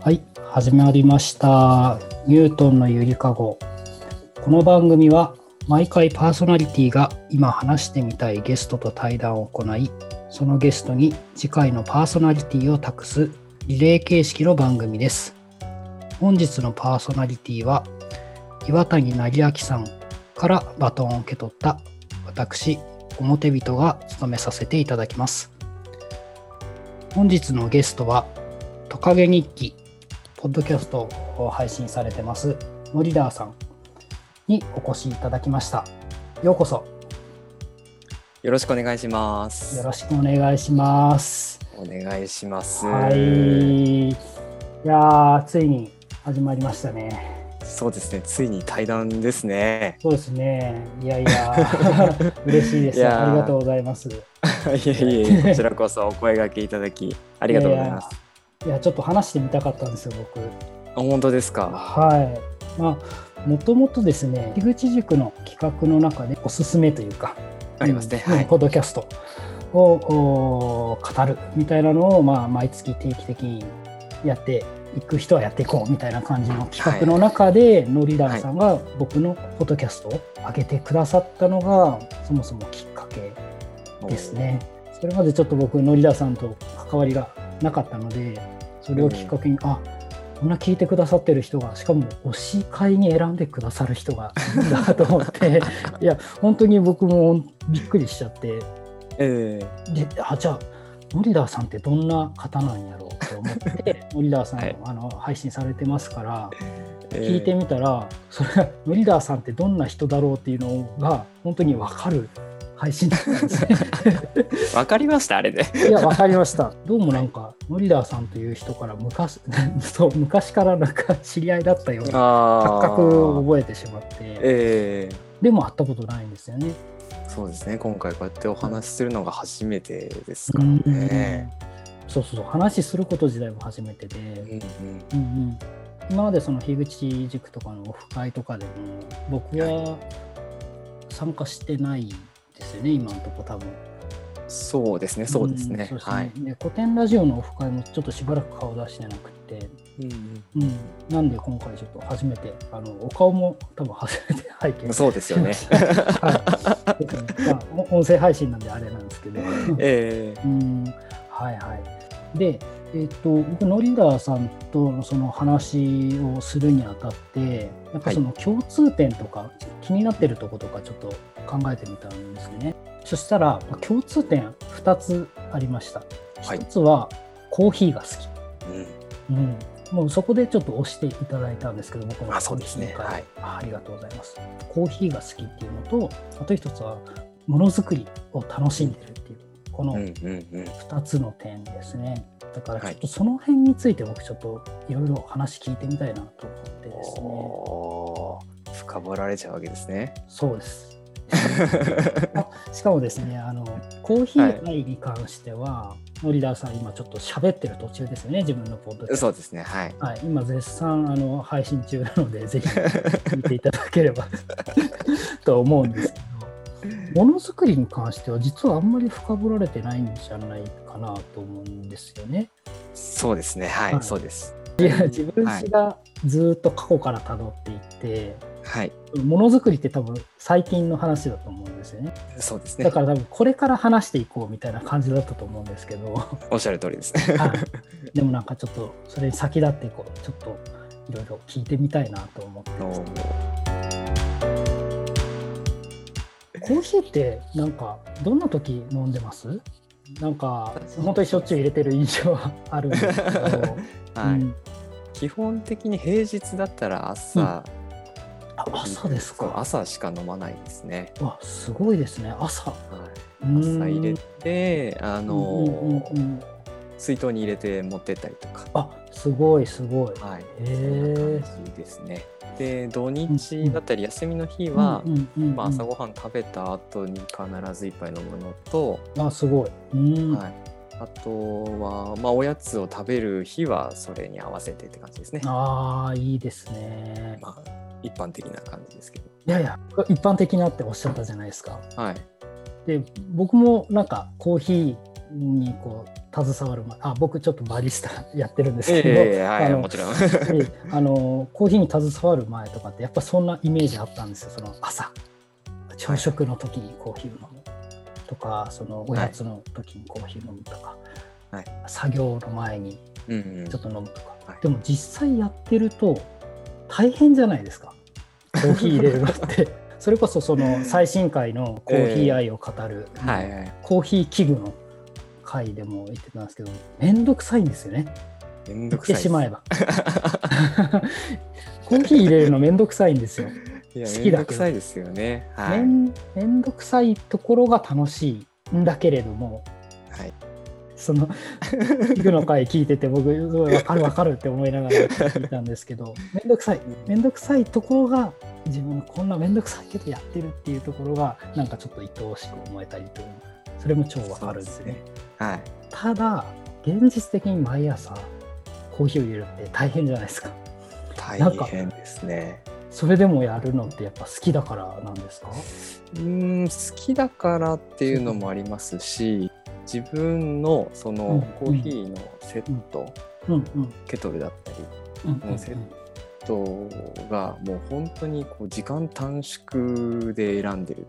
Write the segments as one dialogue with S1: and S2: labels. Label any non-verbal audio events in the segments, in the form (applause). S1: はい、始まりました。ニュートンのゆりかご。この番組は毎回パーソナリティが今話してみたいゲストと対談を行い、そのゲストに次回のパーソナリティを託すリレー形式の番組です。本日のパーソナリティは岩谷成明さんからバトンを受け取った私、表人が務めさせていただきます。本日のゲストはトカゲ日記ポッドキャストを配信されてますノリダーさんにお越しいただきましたようこそ
S2: よろしくお願いします。
S1: よろしくお願いします
S2: お願いします。
S1: はいいやーついに始まりましたね。
S2: そうですね。ついに対談ですね (laughs)
S1: そうですねいやいや嬉しいです
S2: いやー
S1: ありがとうございます
S2: いえいえいえ、こちらこそお声掛けいただきあ
S1: あ
S2: りがとうございます。
S1: いやちょっと話してみたかったんですよ僕
S2: あ本当ですか。
S1: はいまあもともとですね樋口塾の企画の中でおすすめというか
S2: ありますね。
S1: うん
S2: はい。
S1: ポッドキャストをおー語るみたいなのを、まあ、毎月定期的にやっていく人はやっていこうみたいな感じの企画の中で、ノリダーさんが僕のポッドキャストを上げてくださったのがそもそもきっかけですね。それまでちょっと僕ノリダーさんと関わりがなかったのでそれをきっかけに、あこんな聞いてくださってる人がしかも推し会に選んでくださる人がいるんだと思って (laughs) いや本当に僕もびっくりしちゃって
S2: え
S1: であじゃあノリダーさんってどんな方なんやろうと思って
S2: (laughs)
S1: ノリダーさんの,、
S2: はい
S1: あの配信されてますから
S2: え
S1: 聞いてみたら、それがノリダーさんってどんな人だろうっていうのが本当に分かる配信だったんです
S2: (laughs)
S1: ね。
S2: えわかりましたあれ (laughs) で。
S1: いや、わかりました。どうもなんか、ノリダーさんという人から昔、 (laughs) そう、昔からなんか知り合いだったような
S2: あ
S1: 感
S2: あ。
S1: 覚を覚えてしまって、
S2: え
S1: でも会ったことないんですよね。
S2: えそうですね。今回こうやってお話しするのが初めてです
S1: う
S2: から
S1: ん
S2: ね。
S1: そうそうそう、話すること自体も初めてで、
S2: うんうん。
S1: うんうん、今までその樋口塾とかのオフ会とかでも、僕は参加してないですよね、今のとこ多分。
S2: そうですね。そうですね。
S1: ん
S2: はい。
S1: で古典ラジオのオフ会もちょっとしばらく顔出してなくて、
S2: うん
S1: うん、なんで今回ちょっと初めてあのお顔も多分初めて拝
S2: うん
S1: 見
S2: そうですよ (laughs) ね。
S1: はい (laughs) ですねまあお音声配信なんであれなんですけ
S2: (laughs)
S1: ど、
S2: ええ
S1: うんはいはいでえっと僕ノリダーさんとのその話をするにあたってやっぱその共通点とか、気になってるとことかちょっと考えてみたんですねそしたら共通点2つありました
S2: はい
S1: 1つはコーヒーが好き、
S2: うん
S1: うん、もうそこでちょっと押していただいたんですけど、僕の
S2: あそうですね
S1: 今回
S2: はい
S1: あありがとうございます。コーヒーが好きっていうのと、あと一つは、ものづくりを楽しんでるっていう、この
S2: うんうんうん。
S1: 2つの点ですね。だから、ちょ
S2: は
S1: っ
S2: い
S1: とその辺について、僕、ちょっといろいろ話聞いてみたいなと思ってですね。
S2: おー深掘られちゃうわけですね。
S1: そうです。
S2: (laughs)
S1: しかもですね、あのコーヒー愛に関しては、ノリダーさん、今ちょっと喋ってる途中ですよね、自分のポッドキャスト
S2: そうですね。はい。
S1: はい、今絶賛あの配信中なのでぜひ見ていただければ (laughs) とは思うんですけどものづくりに関しては実はあんまり深掘られてないんじゃないかなと思うんですよね。
S2: そうですね。はい、
S1: はい
S2: そうです。
S1: いや自分
S2: は
S1: 史
S2: い
S1: がずっと過去から辿っていって
S2: はい、
S1: ものづくりって多分最近の話だと思うんですよね
S2: そうです
S1: だ
S2: ね
S1: か。ら多分これから話していこうみたいな感じだったと思うんですけど。
S2: (laughs) おっしゃる通り
S1: (laughs)
S2: です。
S1: はい、でもなんかちょっとそれに先立ってこうちょっといろいろ聞いてみたいなと思って
S2: あの
S1: ますコーヒーってなんかどんな時飲んでますなんか本当にしょっちゅう入れてる印象はあるんですけど、
S2: (laughs) は
S1: う
S2: い、
S1: ん
S2: 基本的に平日だったら朝、
S1: あ朝です
S2: そう
S1: か
S2: 朝しか飲まないですね。
S1: わすごいですね朝
S2: は
S1: う
S2: い、
S1: ーん
S2: 朝入れて、あのー
S1: うんうんうんうん
S2: 水筒に入れて持ってったりとか。
S1: あすごいすごい
S2: はい、
S1: へ
S2: そ
S1: ー
S2: んな感じですね。で、土日だったり休みの日は、
S1: うんうんうんうん
S2: まあ、朝ごはん食べた後に必ず一杯飲むのと、
S1: あすごいうん、
S2: はい、あとは、まあ、おやつを食べる日はそれに合わせてって感じですね。
S1: あーいいですね
S2: まあ、一般的な感じですけど。
S1: いやいや一般的なっておっしゃったじゃないですか
S2: はい。
S1: で僕もなんかコーヒーにこう携わるまあ僕ちょっとバリスタやってるんです
S2: え
S1: けど、
S2: えは
S1: あ
S2: い、
S1: の
S2: も
S1: (laughs)
S2: ちろん。
S1: であのコーヒーに携わる前とかってやっぱそんなイメージあったんですよその朝朝食の時にコーヒーを飲むとかそのおやつの時にコーヒー飲むとか、
S2: はい
S1: 作業の前に
S2: うんうん
S1: ちょっと飲むとか、
S2: はい
S1: でも実際やってると大変じゃないですかコーヒー入れるのって
S2: (laughs)
S1: それこそその最新回のコーヒー愛を語る、
S2: はいはい。
S1: コーヒー器具の回でも言ってたんですけどめんどくさいんですよね
S2: めんど
S1: 言っ
S2: くさ
S1: て
S2: いです。
S1: しまえ
S2: (laughs)
S1: ばコーヒー入れるのめんどくさいんですよ
S2: いや
S1: 好
S2: め
S1: きだけ
S2: ん
S1: ど
S2: どくさいですよね。は
S1: め
S2: い。
S1: んめんどくさいところが楽しいんだけれども
S2: はい、
S1: そ
S2: (laughs)
S1: の器具の回聞いてて僕すごい分かる分かるって思いながら聞いたんですけどめんどくさいめんどくさいところが自分こんなめんどくさいけどやってるっていうところがなんかちょっと愛おしく思えたりというそれも超分かるんです
S2: そう
S1: ね
S2: で。はい。
S1: ただ現実的に毎朝コーヒーを入れるって大変じゃないですかなん
S2: 大
S1: か
S2: 変ですね。
S1: それでもやるのってやっぱ好きだからなんですか
S2: うーん好きだからっていうのもありますし自分のそ
S1: うん
S2: のコーヒーのセット、
S1: うんうん
S2: ケトルだったり
S1: うん
S2: うんセッとがもう本当にこう時間短縮で選んでる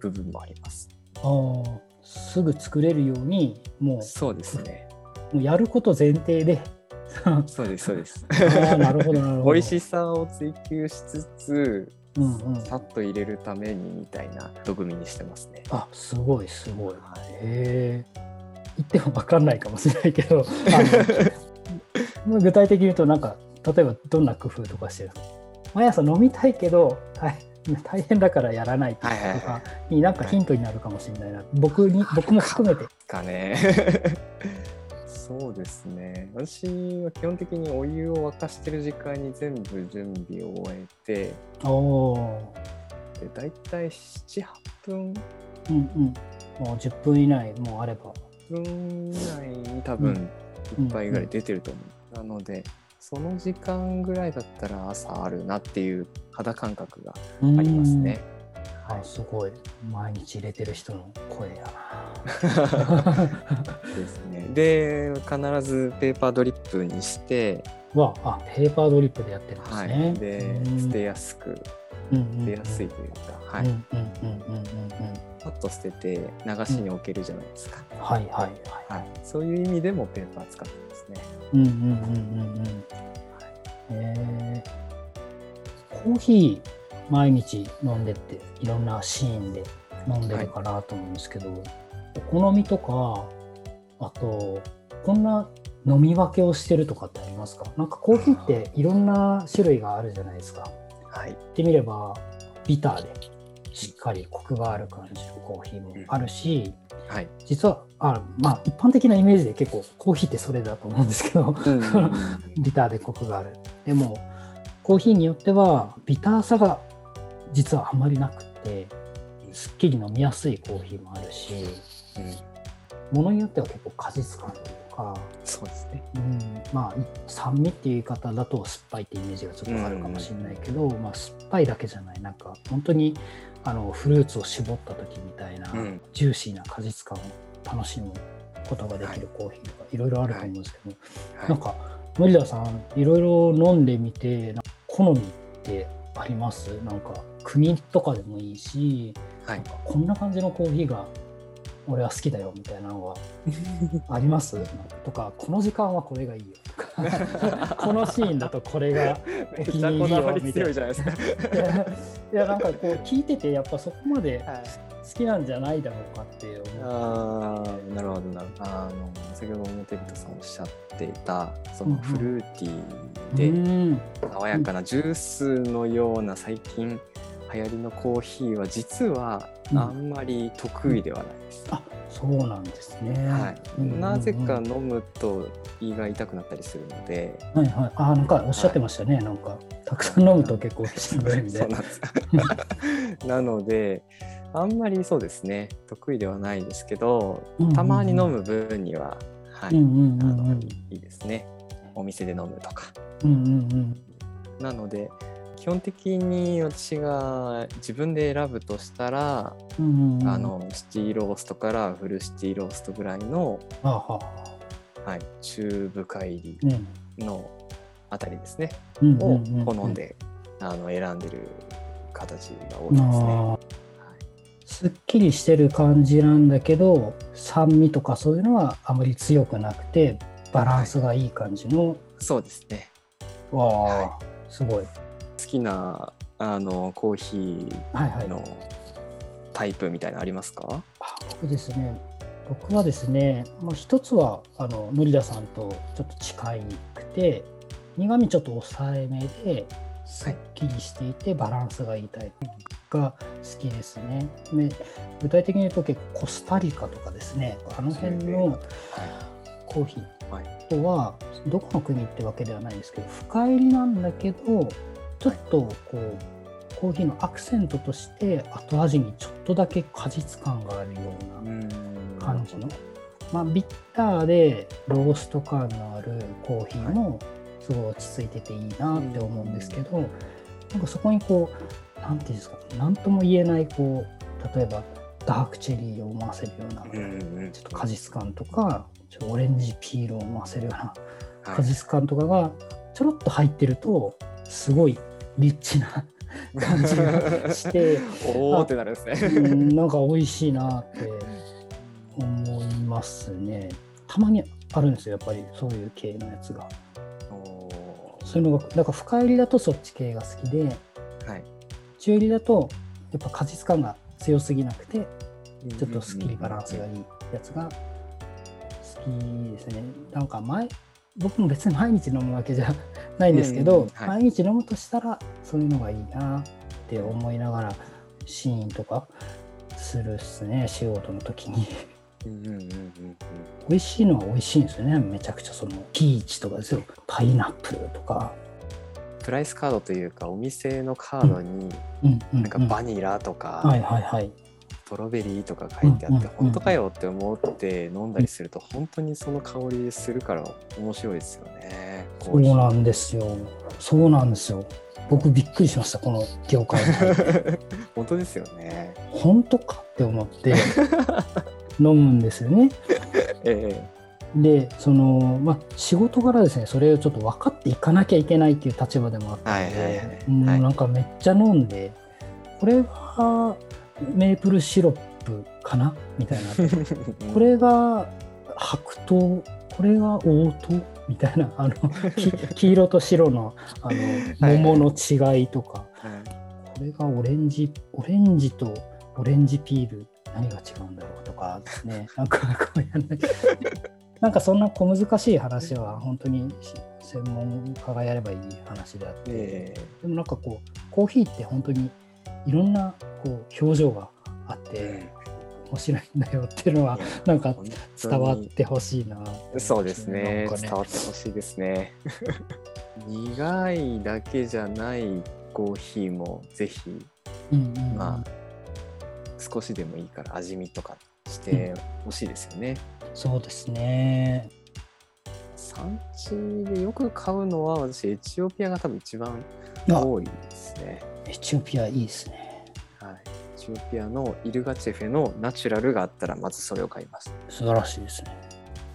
S2: 部分もあります。
S1: ああすぐ作れるようにも
S2: そうですね。
S1: うもうやること前提であ
S2: そうですそうです。
S1: あなるほどなるほど
S2: (laughs) 美味しさを追求しつつ、
S1: うんうん
S2: さっと入れるためにみたいな毒味にしてますね。
S1: あすごいすごい
S2: は
S1: へえ言っても分かんないかもしれないけ
S2: (laughs)
S1: どあの具体的に言うとなんか例えばどんな工夫とかしてるんですか毎朝飲みたいけど大大変だからやらないと
S2: はいはいは
S1: か
S2: い。
S1: になんかヒントになるかもしれないな僕に僕も含めて。
S2: かね。そうですね。私は基本的にお湯を沸かしてる時間に全部準備を終え
S1: おお
S2: て、で大体7、8分
S1: ーうんうんもう10分以内もうあれば
S2: 分以内に多
S1: う
S2: 分1杯ぐらい出てると思う。なので、その時間ぐらいだったら朝あるなっていう肌感覚が
S1: あり
S2: ありますね。
S1: あすごい毎日入れてる人の声だ
S2: (laughs)
S1: な
S2: ですね。で、必ずペーパードリップにして、
S1: わあペーパードリップでやってるんです
S2: は
S1: ね、
S2: い、で、捨てやすく、捨てやすいというか、はい
S1: うん。うんうんうんうんうん
S2: パッと捨てて流しに置けるじゃないですか、
S1: はいはいはい
S2: はい、そういう意味でもペーパー使ってますね
S1: うんうんうんうんうんえーコーヒー毎日飲んでっていろんなシーンで飲んでるかなと思うんですけど、お好みとかあとこんな飲み分けをしてるとかってありますかなんかコーヒーっていろんな種類があるじゃないですか
S2: はい
S1: 言ってみればビターでしっかりコクがある感じのコーヒーもあるし、
S2: はい、
S1: 実はあまあ一般的なイメージで結構コーヒーってそれだと (laughs) 思うんですけど (laughs) ビターでコクがあるでもコーヒーによってはビターさが実はあまりなくてすっきり飲みやすいコーヒーもあるし
S2: うん
S1: ものによっては結構果実感とか、
S2: そうですね
S1: うん、まあ酸味っていう言い方だと酸っぱいってイメージがちょっとあるかもしれないけど、まあ、酸っぱいだけじゃないなんか本当にあのフルーツを絞った時みたいな、
S2: うん
S1: ジューシーな果実感を楽しむことができるコーヒーとかいろいろあると思うんですけど、
S2: は
S1: なんか森田さんいろいろ飲んでみてなんか好みってありますなんか国とかでもいいし、
S2: はい
S1: なんかこんな感じのコーヒーが俺は好きだよみたいなのはあり
S2: (laughs)
S1: ますなんかとかこの時間はこれがいいよとか (laughs) このシーンだとこれが (laughs)
S2: いめっちゃこだわり (laughs) 強いじゃないですか
S1: いやいやなんかこう聞いててやっぱそこまで
S2: (laughs) はい
S1: 好きなんじゃないだろうかって思う。
S2: あーなるほどなるほどあの先ほど表人さんおっしゃっていたそのフルーティーで、
S1: うん
S2: 爽やかなジュースのような最近流行りのコーヒーは実はあんまり得意ではないです。
S1: あそうなんですね。
S2: はい、
S1: うんうんうん
S2: なぜか飲むと胃が痛くなったりするので、
S1: はいはい、あーなんかおっしゃってましたね、なんかたくさん飲むと結構し
S2: そ
S1: ん
S2: う
S1: ど
S2: ないん
S1: み
S2: で
S1: たいな。
S2: す (laughs) なのであんまりそうですね得意ではないですけどたまに飲む分には、は
S1: う
S2: い
S1: んうん
S2: あ
S1: うんう
S2: の
S1: ん
S2: いいですねお店で飲むとか
S1: うんうんうん
S2: なので基本的に私が自分で選ぶとしたら、
S1: うんうん
S2: あのシティローストからフルシティローストぐらいの、
S1: あはあ
S2: はい、中深入
S1: ね
S2: りのあたりですね、
S1: うんうん
S2: を
S1: うんうん
S2: 好んで、あの選んでる形が多いですね。
S1: あーすっきりしてる感じなんだけど酸味とかそういうのはあまり強くなくてバランスがいい感じの、
S2: そうですね
S1: わあ、
S2: は
S1: すごい
S2: 好きなあのコーヒ
S1: はいは
S2: ー
S1: い
S2: のタイプみたいなのありますか、
S1: あ僕ですね僕はですねもう一つはあのノリダさんとちょっと近くて苦味ちょっと抑えめですっきりしていてバランスがいいタイプが好きですね。で具体的に言うと結構コスタリカとかですねあの辺のコーヒー
S2: はい
S1: あとはどこの国ってわけではないですけど深入りなんだけどちょっとこうコーヒーのアクセントとして後味にちょっとだけ果実感があるような感じの、まあ、ビッターでロースト感のあるコーヒーもすごい落ち着いてていいなって思うんですけど、なんかそこにこう何ていうんですか何とも言えないこう例えばダークチェリーを思わせるような。ちょっと果実感とかちょっとオレンジピールを回せるような
S2: はい
S1: 果実感とかがちょろっと入ってるとすごいリッチな (laughs) 感じがして
S2: おーってなるんです
S1: う
S2: ね。
S1: んなんか美味しいなって思いますねたまにあるんですよやっぱりそういう系のやつが
S2: おー
S1: そういうのがだから深入りだとそっち系が好きで
S2: はい、
S1: 中入りだとやっぱ果実感が強すぎなくてちょっとスッキリバランスがいいやつが好きですね。なんか前僕も別に毎日飲むわけじゃないんですけど、
S2: うんうんはい
S1: 毎日飲むとしたらそういうのがいいなって思いながらシーンとかするっすね仕事の時に
S2: うんうんうんうん
S1: 美味しいのは美味しいんですよねめちゃくちゃそのピーチとかですよパイナップルとか、
S2: プライスカードというかお店のカードに
S1: うんうんうん
S2: なんかバニラとか、
S1: はいはいはい
S2: ストロベリーとか書いて
S1: う
S2: あって、
S1: んうんうん
S2: 本当かよって思って飲んだりすると本当にその香りするから面白いですよね。
S1: そうなんですよそうなんですよ僕びっくりしましたこの業
S2: (laughs)
S1: 界に入って。
S2: 本当ですよね。
S1: 本当かって思って飲むんですよね。
S2: え
S1: でその、まあ、仕事柄ですねそれをちょっと分かっていかなきゃいけないっていう立場でもあったの
S2: はいはいは
S1: で
S2: い
S1: うん
S2: はい
S1: なんかめっちゃ飲んでこれはメープルシロップかなみたいなこれが白桃これが黄桃みたいな
S2: (laughs)
S1: あのき黄色と白のあの
S2: はい
S1: 桃の違いとか。
S2: (laughs) はい
S1: これがオレンジ、オレンジとオレンジピール、何が違うんだろうとかです
S2: (laughs)
S1: ね、なんかこうやんない。なんかそんな小難しい話は本当に専門家がやればいい話であって、
S2: え
S1: でもなんかこうコーヒーって本当にいろんなこう表情があって
S2: え
S1: 面白いんだよっていうのはなんか
S2: 本当に
S1: 伝わってほしいな。
S2: そうですね
S1: なんか
S2: 伝わってほしいです
S1: (laughs)
S2: ね。苦いだけじゃないコーヒーもぜひ
S1: うんうんうん
S2: まあ少しでもいいから味見とかしてほしいですよね。
S1: そうですね。
S2: 産地でよく買うのは私エチオピアが多分一番
S1: あ
S2: 多いですね。
S1: エチオピアいいですね。
S2: はい、エチオピアのイルガチェフェのナチュラルがあったらまずそれを買います。
S1: 素晴らしいですね。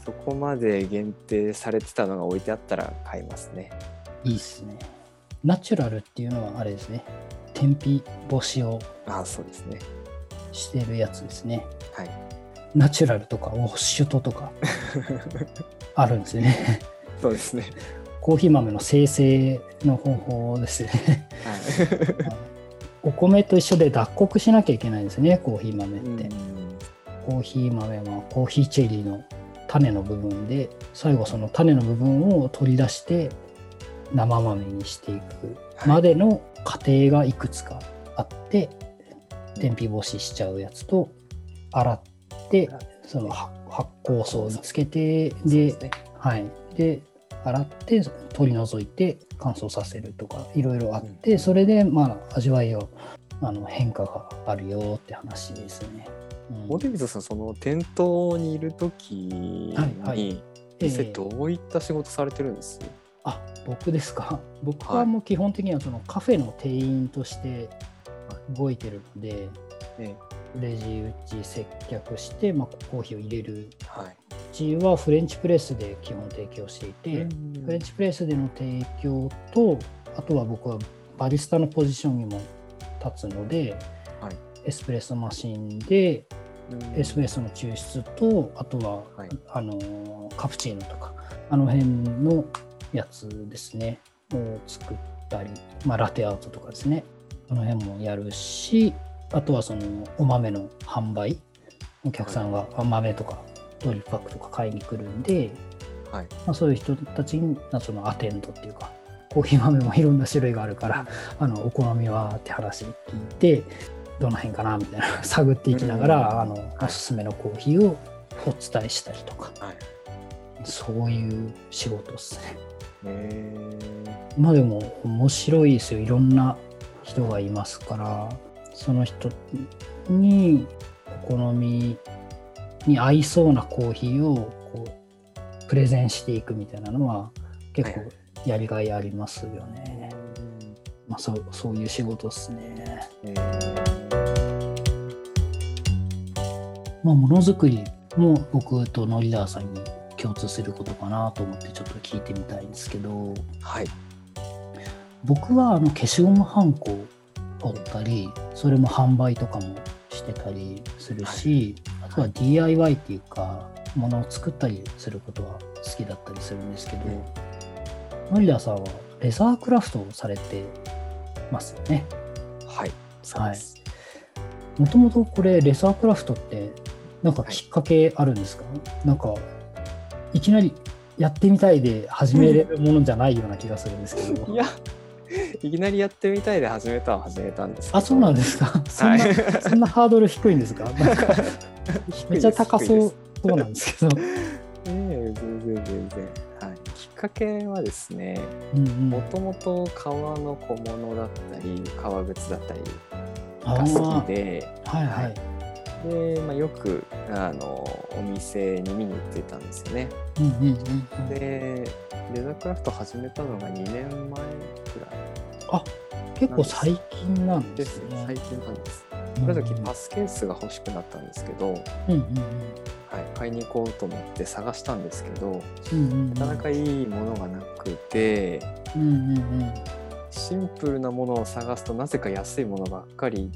S2: そこまで限定されてたのが置いてあったら買いますね。
S1: いいっすね。ナチュラルっていうのはあれですね。天日干しを
S2: あそうですね。
S1: してるやつですね。
S2: はい。
S1: ナチュラルとかウォッシュトとかあるんですよね。 (laughs)
S2: そうですね。
S1: コーヒー豆の生成の方法ですよ
S2: (laughs)
S1: ね。
S2: はい。
S1: お米と一緒で脱穀しなきゃいけないんですね、コーヒー豆っ
S2: うん
S1: て。コーヒー豆はコーヒーチェリーの種の部分で、最後その種の部分を取り出して生豆にしていくまでの過程がいくつかあって、天日干ししちゃうやつと洗ってその発発酵槽につけて
S2: そう
S1: で
S2: ですね
S1: はいで洗って取り除いて乾燥させるとかいろいろあって、それでまあ味わいをあの変化があるよって話ですね。うん
S2: モデビズさんその店頭にいる時に、
S1: はいは
S2: 実
S1: え
S2: 際
S1: え
S2: どういった仕事されてるんです、
S1: あ僕ですか (laughs) 僕はもう基本的にはそのカフェの店員として動いてるので、
S2: え
S1: レジ打ち接客して、まあ、コーヒーを入れる
S2: えはい。
S1: うちはフレンチプレスで基本提供していて、
S2: うん
S1: フレンチプレスでの提供とあとは僕はバリスタのポジションにも立つので、
S2: はい
S1: エスプレッソマシンで
S2: うん
S1: エスプレッソの抽出とあとは、
S2: はい
S1: あのカプチーノとかあの辺のやつですねを作ったり、まあ、ラテアートとかですねその辺もやるしあとはそのお豆の販売お客さんがあ豆とかドリップパックとか買いに来るんで、
S2: はい。
S1: まあ、そういう人たちにまあそのアテンドっていうかコーヒー豆もいろんな種類があるからあのお好みはって話聞いてどの辺かなみたいな (laughs) 探っていきながら、
S2: うん
S1: あのおすすめのコーヒーをお伝えしたりとか
S2: はい。
S1: そういう仕事ですね
S2: え
S1: まあでも面白いですよいろんな人がいますからその人にお好みに合いそうなコーヒーをこうプレゼンしていくみたいなのは結構
S2: はい
S1: やりがいありますよ
S2: え
S1: ね、まあ、そうそういう仕事ですね、
S2: えー
S1: まあ、ものづくりも僕とノリダーさんに共通することかなと思ってちょっと聞いてみたいんですけど
S2: はい。
S1: 僕はあの消しゴムはんこを折ったりそれも販売とかもしてたりするし、あとは DIY っていうかものを作ったりすることは好きだったりするんですけど、
S2: うん
S1: ノリダさんはレザークラフトをされてますよね
S2: はい。そうです。
S1: もともとこれレザークラフトってなんかきっかけあるんですか、なんかいきなりやってみたいで始めれるものじゃないような気がするんですけ
S2: い
S1: ど
S2: や、いきなりやってみたいで始めたは始めたんですけど。
S1: あそうなん
S2: で
S1: ですかそんな、
S2: はい
S1: そんなハードル低いんです
S2: (laughs)
S1: かなんか
S2: す
S1: めっちゃ高
S2: 低いで
S1: そう
S2: す
S1: そうなんですけど。
S2: ええ全然全然。はい。きっかけはですね、
S1: うんうん
S2: もともと革の小物だったり、革靴だったり
S1: あ
S2: が
S1: ー
S2: 好きで、
S1: はいはい。
S2: で、まあ、よくあのお店に見に行ってたんですよね。
S1: うんうんうんうん、
S2: で、レザークラフト始めたのが2年前くらい
S1: 結構最近なん
S2: で
S1: ですす
S2: ね
S1: ね。
S2: 最近なんです。
S1: うん
S2: その時パスケースが欲しくなったんですけど、はい、
S1: うんうん
S2: 買いに行こうと思って探したんですけど
S1: うんうんうん
S2: なかなかいいものがなくて
S1: うんうんうん
S2: シンプルなものを探すとなぜか安いものばっかり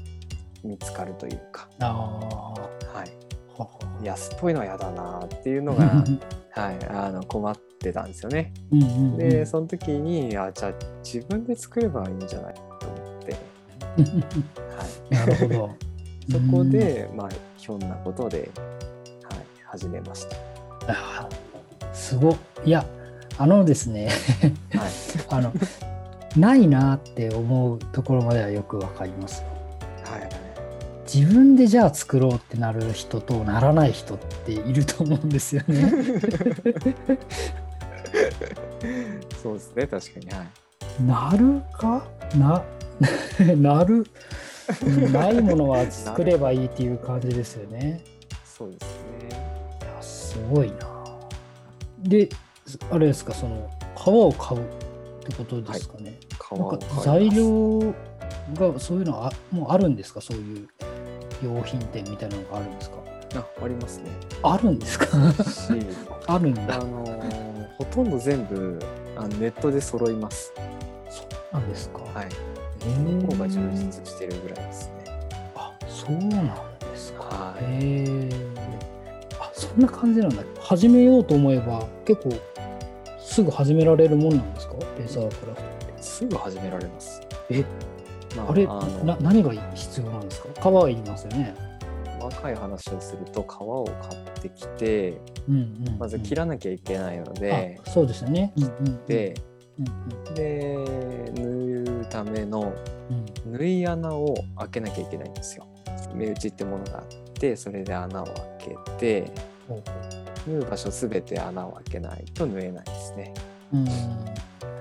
S2: 見つかるというか、
S1: ああは
S2: はい、
S1: は、
S2: 安っぽいのは嫌だなっていうのが
S1: (laughs)
S2: はい、あの困ってたんですよね。
S1: うんうんうん
S2: でその時にあじゃあ自分で作ればいいんじゃないと思って、は
S1: な
S2: い、。
S1: るほど
S2: (laughs) そこで、まあひょんなことで、はい、始めました。
S1: うんあーすごっいやあのですね
S2: はい
S1: (laughs) あのないなって思うところまではよくわかりますよ。 (laughs)
S2: はい
S1: 自分でじゃあ作ろうってなる人とならない人っていると思うんですよね。
S2: そうですね、確かに。は
S1: (laughs)
S2: い。
S1: なるかな (laughs) なるないものは作ればいいっていう感じですよね。
S2: そうですね。
S1: いやすごいな。であれですかその皮を買うってことですかね。
S2: 皮
S1: なん
S2: を買いま
S1: か
S2: す
S1: 材料がそういうのあもうあるんですかそういう用品店みたいなのがあるんですか
S2: あ、ありますね。
S1: あるんです
S2: (laughs)
S1: か
S2: し、
S1: (laughs) あるん
S2: あ
S1: だ。
S2: のーほとんど全部あのネットで揃います。
S1: そうなんですか。
S2: はい。
S1: えー
S2: 方が充実してるぐらいですね。
S1: あそうなんですか。
S2: はい。
S1: へえあそんな感じなんだ始めようと思えば結構すぐ始められるもんなんですかレザークラフト
S2: すぐ始められます。
S1: え
S2: ま
S1: あれ
S2: あ
S1: な
S2: の
S1: 何が必要なんですか皮はいりますよね
S2: 若い話をすると皮を買ってきて
S1: うんうん、うん
S2: まず切らなきゃいけないので、
S1: あそうですよね、うんうん、
S2: で
S1: うん
S2: で縫うための
S1: うんうん
S2: 縫い穴を開けなきゃいけないんですよ。目打ちってものがあってそれで穴を開けて
S1: ほうほ
S2: 縫う場所すべて穴を開けないと縫えないですね。
S1: ううん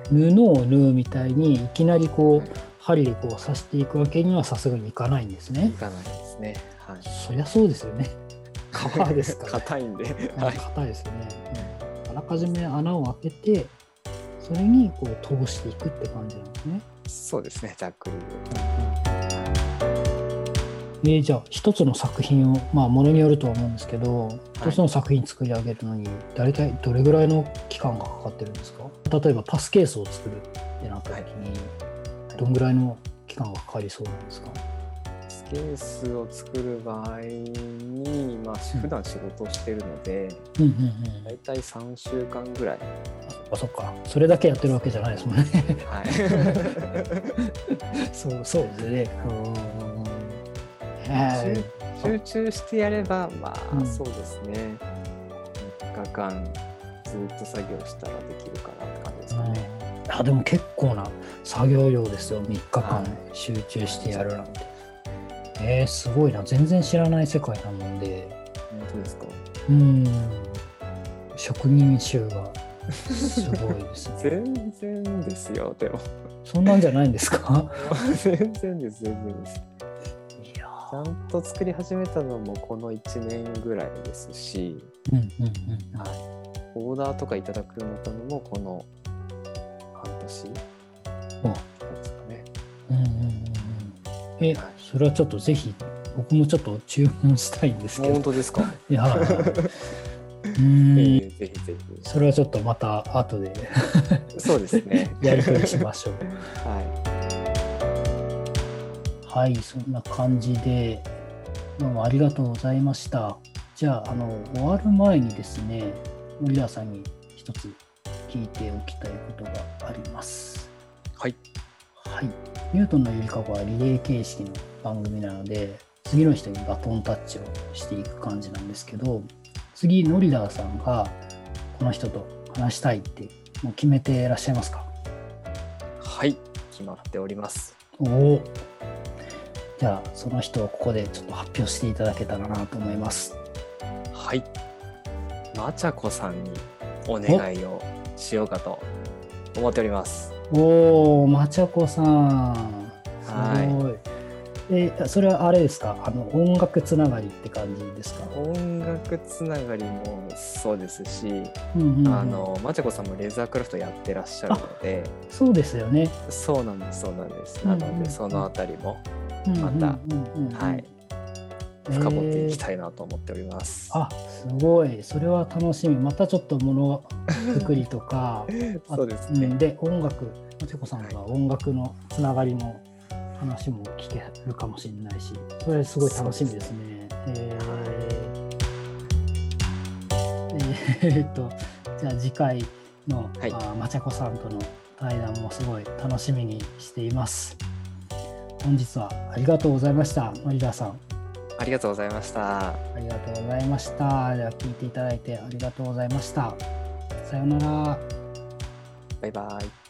S1: 布を縫うみたいにいきなりこう針でこう刺していくわけにはさすがにいかないんです
S2: い
S1: ね
S2: かないですね。はい。
S1: そりゃそうですよね皮ですから
S2: (laughs) 硬いんで。
S1: あ
S2: は
S1: の
S2: い。
S1: 硬いですよね、うんあらかじめ穴を開けてそそれにこう通していくって感じなんですね。
S2: そうですね、ざっくり言
S1: え
S2: う
S1: ーじゃあ一つの作品をまあものによるとは思うんですけど
S2: はい
S1: 一つの作品作り上げるのに大体どれぐらいの期間がかかってるんですか例えばパスケースを作るってなった時に
S2: はい
S1: どんぐらいの期間がかかりそうなんですか
S2: とスケースを作る場合に、まあ、
S1: うん
S2: 普段仕事をしてるので、
S1: うんうんう
S2: 大
S1: ん
S2: 体3週間ぐらい。
S1: あそっかそれだけやってるわけじゃないですもんね
S2: はい、
S1: (laughs) そうそうですねうん
S2: 集集中してやれば、まあ、
S1: うん
S2: そうですね、3日間ずっと作業したらできるかなって感じですかね。
S1: あでも結構な作業量ですよ3日
S2: は
S1: 間
S2: い
S1: 集中してやるなんて、えー、すごいな全然知らない世界なもんで
S2: 本当ですか
S1: うーん職人集がすごいですね (laughs)
S2: 全然ですよ、でも。 (laughs)
S1: そんなんじゃないんですか
S2: 全然です、全然です。
S1: いや
S2: ちゃんと作り始めたのもこの1年ぐらいですし、
S1: うんうんうんは
S2: オーダーとかいただくのたのもこの半年
S1: うん
S2: なんですかね。
S1: いうんうんうんうんえそれはちょっとぜひ僕もちょっと注文したいんですけど
S2: 本当ですか、
S1: いやう (laughs)
S2: え
S1: ーん
S2: ーぜひぜ
S1: それはちょっとまた後で。
S2: ひ。そうです (laughs) ね
S1: やり取りしましょう
S2: は
S1: はい、そんな感じで、どうもありがとうございました。じゃあ、あの、終わる前にですね、森田さんに一つ聞いておきたいことがあります。
S2: い。はい。
S1: はい。ニュートンのゆりかごはリレー形式の番組なので、次の人にバトンタッチをしていく感じなんですけど、次、ノリダーさんがこの人と話したいって、もう決めていらっしゃいますか
S2: はい。決まっております。
S1: おおじゃあその人をここでちょっと発表していただけたらなと思います
S2: はい。まちゃこさんにお願いをしようかと思っております。
S1: おおまちゃこさんす
S2: は
S1: ごいえそれはあれですかあの音楽つながりって感じですか
S2: い。音楽つながりもそうですし、
S1: うんうんうん
S2: あのまちゃこさんもレザークラフトやってらっしゃるので
S1: そうですよね
S2: そうなんですそうなんです、
S1: うんうん
S2: なのでそのあたりも
S1: ま
S2: まはい深掘っていき
S1: い、
S2: たいなと思っております、
S1: えーあすごいそれは楽しみまたちょっともの作りと
S2: (laughs)
S1: かあ
S2: そうですね、
S1: んで音楽まちこさんが音楽のつながりの話も聞けるかもしれないしそれすごい楽しみですね。えーえーっとじゃあ次回の、
S2: はい
S1: あーまちゃこさんとの対談もすごい楽しみにしています。本日はありがとうございました。森田さん
S2: ありがとうございました
S1: ありがとうございました。では聞いていただいてありがとうございました。さようなら。
S2: バイバイ